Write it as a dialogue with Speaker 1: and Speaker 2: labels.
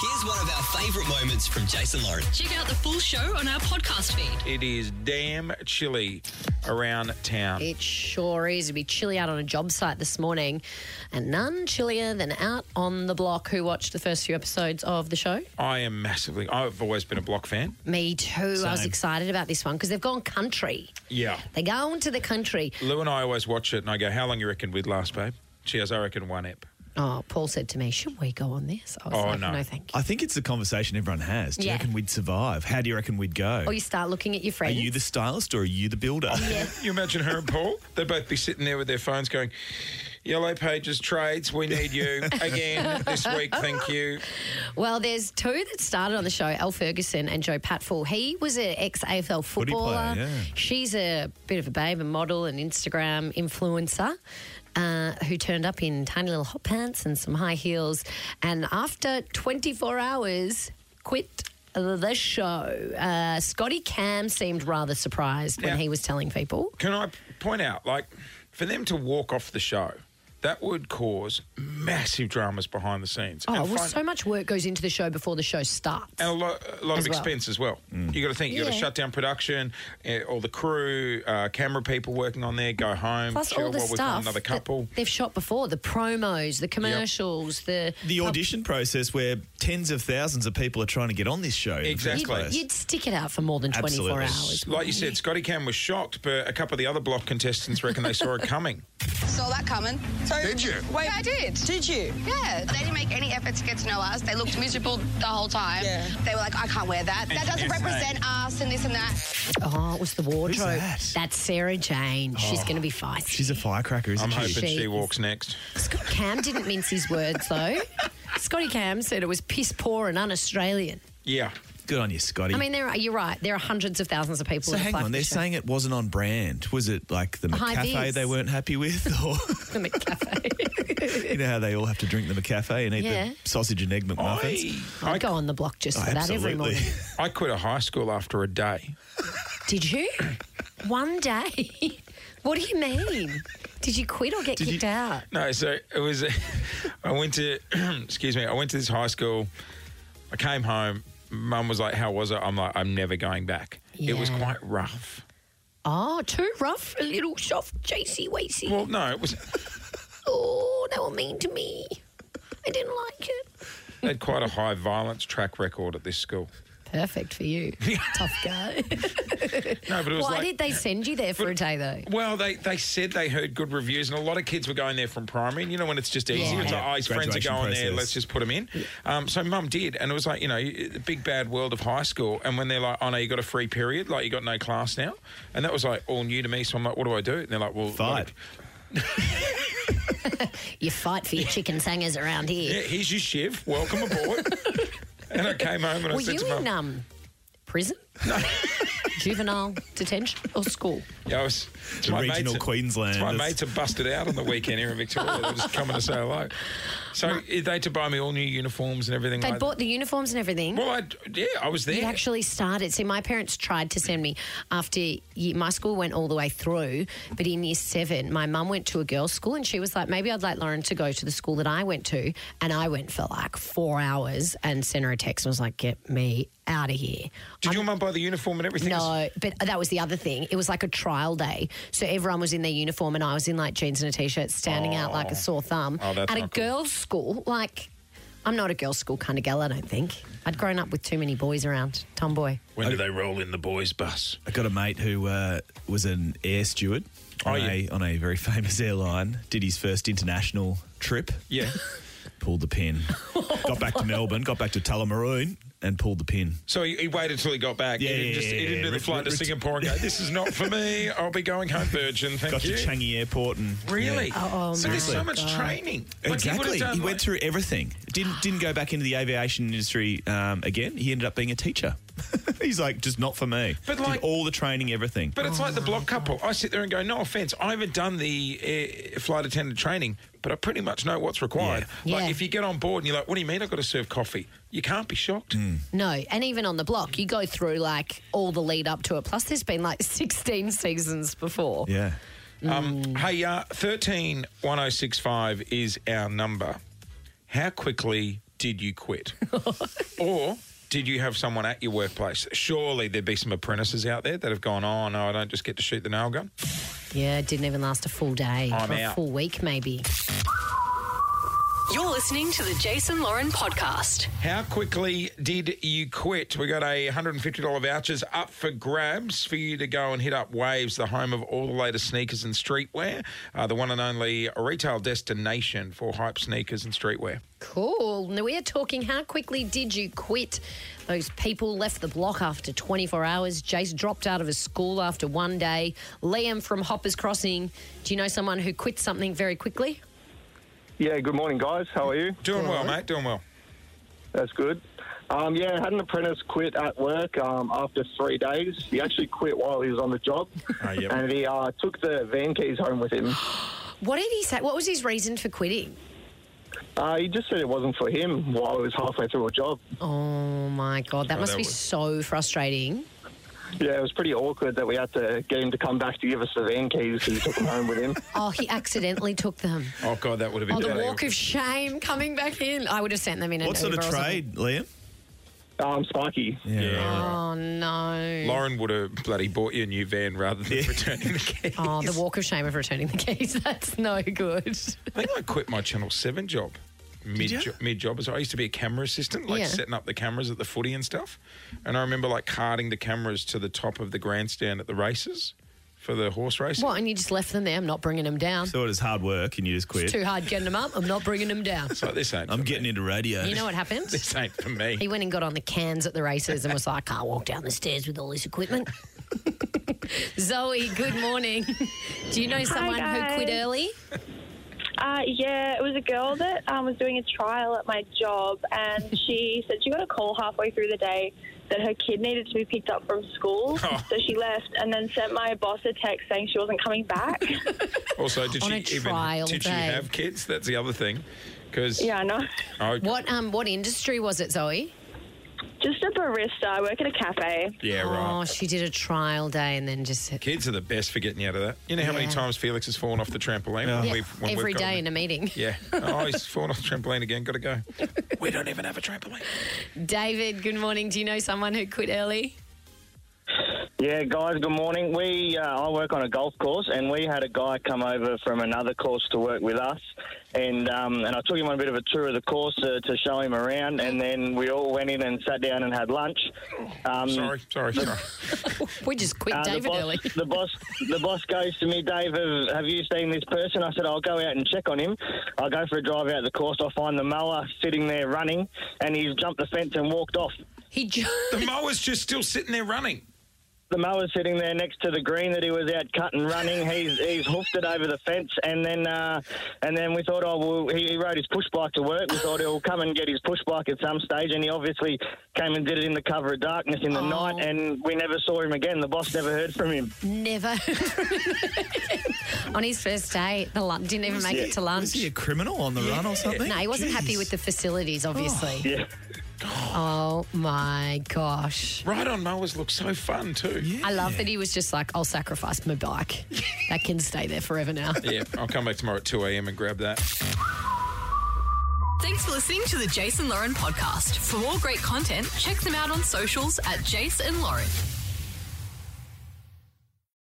Speaker 1: Here's one of our favourite moments from Jason Lauren.
Speaker 2: Check out the full show on our podcast feed.
Speaker 3: It is damn chilly around town.
Speaker 4: It sure is. It'd be chilly out on a job site this morning, and none chillier than out on the block who watched the first few episodes of the show.
Speaker 3: I am massively. I've always been a block fan.
Speaker 4: Me too. I was
Speaker 3: Same.
Speaker 4: excited about this one because they've gone country.
Speaker 3: Yeah.
Speaker 4: They're going to the country.
Speaker 3: Lou and I always watch it, and I go, "How long you reckon we'd last, babe?" She goes, "I reckon one ep."
Speaker 4: Oh, Paul said to me, "Should we go on this?" I was
Speaker 3: Oh,
Speaker 4: like,
Speaker 3: no.
Speaker 4: no. thank you."
Speaker 5: I think it's the conversation everyone has. Do you
Speaker 4: Yeah.
Speaker 5: reckon we'd survive? How do you reckon we'd go?
Speaker 4: Or Oh, you start looking at your
Speaker 5: are
Speaker 4: friends.
Speaker 5: you the stylist or are you the
Speaker 4: Oh,
Speaker 5: builder?
Speaker 3: You imagine her and Paul? They'd both be sitting there with their phones going, Yellow Pages Trades, we need you again this week, thank you.
Speaker 4: Well, there's two that started on the show: Al Ferguson and Joe Patful. He was an ex AFL
Speaker 5: Footy player,
Speaker 4: footballer.
Speaker 5: yeah.
Speaker 4: She's a bit of a babe, a model, an Instagram influencer. Uh, who turned up in tiny little hot pants and some high heels, and after 24 hours, quit the show. Uh, Scotty Cam seemed rather surprised when
Speaker 3: Yeah.
Speaker 4: he was telling people.
Speaker 3: Can I p- point out, like, for them to walk off the show, that would cause massive dramas behind the scenes.
Speaker 4: Oh,
Speaker 3: and,
Speaker 4: well,
Speaker 3: fin-
Speaker 4: so much work goes into the show before the show starts.
Speaker 3: and a lot, a lot
Speaker 4: as
Speaker 3: of
Speaker 4: well.
Speaker 3: expense as well. you got to think, you got to
Speaker 4: Yeah.
Speaker 3: shut down production, eh, all the crew, uh, camera people working on there, go home,
Speaker 4: Plus
Speaker 3: chill
Speaker 4: all the
Speaker 3: while we
Speaker 4: stuff
Speaker 3: find another
Speaker 4: that
Speaker 3: couple.
Speaker 4: they've shot before, the promos, the commercials, the
Speaker 5: The audition process where tens of thousands of people are trying to get on this show. in the first
Speaker 3: Exactly.
Speaker 5: place.
Speaker 4: You'd, you'd stick it out for more than 24
Speaker 5: Absolutely.
Speaker 4: hours.
Speaker 3: Like you said, Scotty Cam was shocked, but a couple of the other block contestants reckon they saw it coming.
Speaker 6: Saw that coming.
Speaker 7: So did you?
Speaker 6: Wait, yeah, I did.
Speaker 7: Did you?
Speaker 6: Yeah, they didn't make any effort to get to know us. They looked miserable the whole time.
Speaker 7: Yeah.
Speaker 6: They were like, I can't wear that. That doesn't represent us and this and that.
Speaker 4: Oh, it was the wardrobe.
Speaker 5: that? Oh,
Speaker 4: That's Sarah Jane. She's going to be feisty.
Speaker 5: She's a firecracker, isn't
Speaker 3: I'm
Speaker 5: she?
Speaker 3: hoping she
Speaker 4: Jeez.
Speaker 3: walks next.
Speaker 4: Scott Cam didn't mince his words, though. Scotty Cam said it was piss poor and un Australian.
Speaker 3: Yeah.
Speaker 5: Good on you, Scotty.
Speaker 4: I mean, there are, you're right. There are hundreds of thousands of people
Speaker 5: so
Speaker 4: that
Speaker 5: hang
Speaker 4: apply
Speaker 5: on,
Speaker 4: for
Speaker 5: they're
Speaker 4: the show.
Speaker 5: saying it wasn't on brand. Was it like the
Speaker 4: High
Speaker 5: McCafe
Speaker 4: vis.
Speaker 5: they weren't happy with? Or
Speaker 4: Them at cafe.
Speaker 5: you know how they all have to drink the McCafe and eat
Speaker 4: Yeah.
Speaker 5: the sausage and egg McMuffins?
Speaker 3: I,
Speaker 4: I Oh, go on the block just for that every
Speaker 5: Oh, Absolutely.
Speaker 4: morning.
Speaker 3: I quit a high school after a day.
Speaker 4: Did you? One day? What do you mean? Did you quit or get
Speaker 5: you-
Speaker 4: kicked out?
Speaker 3: No, so it was. I went to, excuse me, I went to this high school. I came home. Mum was like, "How was it?" I'm like, "I'm never going back." It was
Speaker 4: Yeah.
Speaker 3: quite rough.
Speaker 4: Oh, too rough, a little soft, chasey, wacy.
Speaker 3: Well, no, it was.
Speaker 4: Oh, they were mean to me. I didn't like it.
Speaker 3: They had quite a high violence track record at this school.
Speaker 4: Perfect for you. Tough guy.
Speaker 3: No, but it was
Speaker 4: Why
Speaker 3: like.
Speaker 4: did they send you there for a day, though?
Speaker 3: well, they, they said they heard good reviews, and a lot of kids were going there from primary. And you know, when it's just easy,
Speaker 4: Yeah.
Speaker 3: it's like, oh, his friends are
Speaker 5: Graduation
Speaker 3: going there,
Speaker 5: process.
Speaker 3: let's just put them in. Um, so mum did, and it was like, you know, the big bad world of high school. And when they're like, oh, no, you got a free period, like you got no class now. And that was like all new to me. So I'm like, what do I do? And they're like, well, what
Speaker 5: Fight.
Speaker 3: if-
Speaker 4: You fight for your chicken sangers around here.
Speaker 3: Yeah, here's your shiv. Welcome aboard. and I came home and I
Speaker 4: Were
Speaker 3: said
Speaker 4: you
Speaker 3: to
Speaker 4: in
Speaker 3: mum,
Speaker 4: um, prison? No. Juvenile detention or school?
Speaker 3: yeah, I was, it's
Speaker 5: The
Speaker 3: my
Speaker 5: regional
Speaker 3: mates-
Speaker 5: Queensland.
Speaker 3: It's my
Speaker 5: That's-
Speaker 3: mates are busted out on the weekend here in Victoria. They're just coming to say hello. So they had to buy me all new uniforms and everything
Speaker 4: They
Speaker 3: like
Speaker 4: bought the uniforms and everything.
Speaker 3: Well, I, yeah, I was there.
Speaker 4: It actually started. See, my parents tried to send me after ye my school went all the way through, but in year seven, my mum went to a girls' school and she was like, maybe I'd like Lauren to go to the school that I went to. And I went for like four hours and sent her a text and was like, get me out of here.
Speaker 3: Did your mum buy the uniform and everything?
Speaker 4: No, but that was the other thing. It was like a trial day. So everyone was in their uniform and I was in like jeans and a t shirt, standing out like a sore thumb.
Speaker 3: Oh, that's
Speaker 4: At a
Speaker 3: not cool.
Speaker 4: girls' school, like, I'm not a girls' school kind of gal, I don't think. I'd grown up with too many boys around, tomboy.
Speaker 3: When do they roll in the boys' bus?
Speaker 5: I got a mate who uh, was an air steward
Speaker 3: Oh,
Speaker 5: on,
Speaker 3: yeah.
Speaker 5: a, on a very famous airline, did his first international trip,
Speaker 3: Yeah.
Speaker 5: pulled the pin, got back to Melbourne, got back to Tullamarine, and pulled the pin.
Speaker 3: So he, he waited till he got back.
Speaker 5: Yeah,
Speaker 3: he didn't
Speaker 5: yeah,
Speaker 3: just he
Speaker 5: yeah,
Speaker 3: didn't do
Speaker 5: yeah.
Speaker 3: the flight to
Speaker 5: Ret- ret-
Speaker 3: Singapore and go, this is not for me. I'll be going home virgin. Thank
Speaker 5: Got
Speaker 3: you.
Speaker 5: to Changi Airport and.
Speaker 3: Really?
Speaker 5: Yeah.
Speaker 4: Oh,
Speaker 3: so there's
Speaker 5: Seriously.
Speaker 3: so much training. Like, he would've
Speaker 5: Exactly. He,
Speaker 3: done,
Speaker 5: went
Speaker 3: like-
Speaker 5: through everything. Didn't didn't go back into the aviation industry um, again. He ended up being a teacher. He's like, just not for me.
Speaker 3: But,
Speaker 5: Did
Speaker 3: like-
Speaker 5: all the training, everything.
Speaker 3: But it's like the block couple. I sit there and go, no offense, I haven't done the air flight attendant training, but I pretty much know what's required.
Speaker 4: Yeah.
Speaker 3: Like
Speaker 4: Yeah.
Speaker 3: if you get on board and you're like, what do you mean I've got to serve coffee? You can't be shocked.
Speaker 4: No, and even on the block, you go through like all the lead up to it. Plus, there's been like 16 seasons before.
Speaker 5: yeah.
Speaker 3: Um, Hey, oh uh, 13 1065 is our number. How quickly did you quit? or did you have someone at your workplace? Surely there'd be some apprentices out there that have gone, oh, no, I don't just get to shoot the nail gun.
Speaker 4: Yeah, it didn't even last a full day.
Speaker 3: I'm
Speaker 4: or a
Speaker 3: out.
Speaker 4: full week, maybe.
Speaker 2: You're listening to the Jason Lauren podcast.
Speaker 3: How quickly did you quit? We got a $150 vouchers up for grabs for you to go and hit up Waves, the home of all the latest sneakers and streetwear, uh, the one and only retail destination for hype sneakers and streetwear.
Speaker 4: Cool. Now we are talking how quickly did you quit? Those people left the block after 24 hours. Jace dropped out of his school after one day. Liam from Hoppers Crossing. Do you know someone who quit something very quickly?
Speaker 7: Yeah, good morning, guys. How are you?
Speaker 3: Doing well, mate, doing well.
Speaker 7: That's good. Um, yeah, I had an apprentice quit at work um, after three days. He actually quit while he was on the job,
Speaker 3: Ah, yep.
Speaker 7: and he uh, took the van keys home with him.
Speaker 4: What did he say? What was his reason for quitting?
Speaker 7: Uh, he just said it wasn't for him while he was halfway through a job.
Speaker 4: Oh my God, that
Speaker 3: Oh,
Speaker 4: must
Speaker 3: that
Speaker 4: be
Speaker 3: was-
Speaker 4: so frustrating.
Speaker 7: Yeah, it was pretty awkward that we had to get him to come back to give us the van keys. He took them home with him.
Speaker 4: Oh, he accidentally took them.
Speaker 3: Oh, God, that would have been
Speaker 4: Oh, the
Speaker 3: bloody
Speaker 4: walk of shame coming back in. I would have sent them in. an
Speaker 5: What sort of
Speaker 4: Uber or something.
Speaker 5: trade, Liam?
Speaker 7: Um, Sparky.
Speaker 3: Yeah.
Speaker 4: Oh no.
Speaker 3: Lauren would have bloody bought you a new van rather than returning the keys.
Speaker 4: Oh, the walk of shame of returning the keys. That's no good.
Speaker 3: I think I quit my Channel 7 job. Mid,
Speaker 5: ya?
Speaker 3: jo- mid job as I used to be a camera assistant, like
Speaker 4: Yeah.
Speaker 3: setting up the cameras at the footy and stuff. And I remember like carting the cameras to the top of the grandstand at the races for the horse racing.
Speaker 4: What? And you just left them there. I'm not bringing them down.
Speaker 5: So it is hard work and you just quit.
Speaker 4: Too hard getting them up. I'm not bringing them down.
Speaker 3: It's like this ain't.
Speaker 5: I'm
Speaker 3: for
Speaker 5: getting
Speaker 3: me.
Speaker 5: into radio.
Speaker 4: You know what happened?
Speaker 3: This ain't for me.
Speaker 4: He went and got on the cans at the races and was like, I can't walk down the stairs with all this equipment. Zoe, good morning. Do you know someone who quit
Speaker 8: guys.
Speaker 4: early?
Speaker 8: Uh, yeah, it was a girl that um, was doing a trial at my job, and she said she got a call halfway through the day that her kid needed to be picked up from school.
Speaker 3: Oh.
Speaker 8: So she left and then sent my boss a text saying she wasn't coming back.
Speaker 3: Also, did
Speaker 4: On
Speaker 3: she
Speaker 4: a
Speaker 3: even
Speaker 4: trial
Speaker 3: did she
Speaker 4: day.
Speaker 3: have kids? That's the other thing. Because
Speaker 8: yeah, I know.
Speaker 3: I,
Speaker 4: What um what industry was it, Zoe?
Speaker 8: Just a barista. I work at a cafe.
Speaker 3: yeah,
Speaker 4: Oh,
Speaker 3: right.
Speaker 4: she did a trial day and then just
Speaker 3: Kids are the best for getting you out of that. You know how many
Speaker 4: Yeah.
Speaker 3: times Felix has fallen off the trampoline when
Speaker 4: Yeah,
Speaker 3: we've when
Speaker 4: every
Speaker 3: we've got
Speaker 4: day
Speaker 3: him
Speaker 4: in a meeting.
Speaker 3: Yeah. Oh, he's fallen off the trampoline again. Got to go. We don't even have a trampoline.
Speaker 4: David, good morning. Do you know someone who quit early?
Speaker 7: Yeah, guys, good morning. We uh, I work on a golf course, and we had a guy come over from another course to work with us, and um, and I took him on a bit of a tour of the course uh, to show him around, and then we all went in and sat down and had lunch. Um,
Speaker 3: Sorry, sorry, sorry.
Speaker 4: We just quit
Speaker 7: uh, the
Speaker 4: David
Speaker 7: boss,
Speaker 4: early.
Speaker 7: the boss, the boss goes to me, Dave. Have, have you seen this person? I said, I'll go out and check on him. I go for a drive out the course. I find the mower sitting there running, and he's jumped the fence and walked off.
Speaker 4: He ju-
Speaker 3: The mower's just still sitting there running.
Speaker 7: the mower's sitting there next to the green that he was out cutting, running. He's he's hoofed it over the fence, and then uh, and then we thought, oh well, he, he rode his push bike to work. We thought he'll come and get his push bike at some stage, and he obviously came and did it in the cover of darkness in the
Speaker 4: Oh.
Speaker 7: night, and we never saw him again. The boss never heard from him.
Speaker 4: never on his first day, the lunch didn't even make it to
Speaker 5: Was
Speaker 4: lunch.
Speaker 5: he a criminal on the run or something?
Speaker 4: No, he wasn't happy
Speaker 5: Jeez.
Speaker 4: with the facilities, obviously.
Speaker 7: Yeah.
Speaker 4: Oh my gosh.
Speaker 3: Ride on mowers look so fun too. Yeah.
Speaker 4: I love that he was just like, I'll sacrifice my bike. that can stay there forever now.
Speaker 3: I'll come back tomorrow at 2 a.m. and grab that.
Speaker 2: Thanks for listening to the Jason Lauren podcast. For more great content, check them out on socials at Jason Lauren.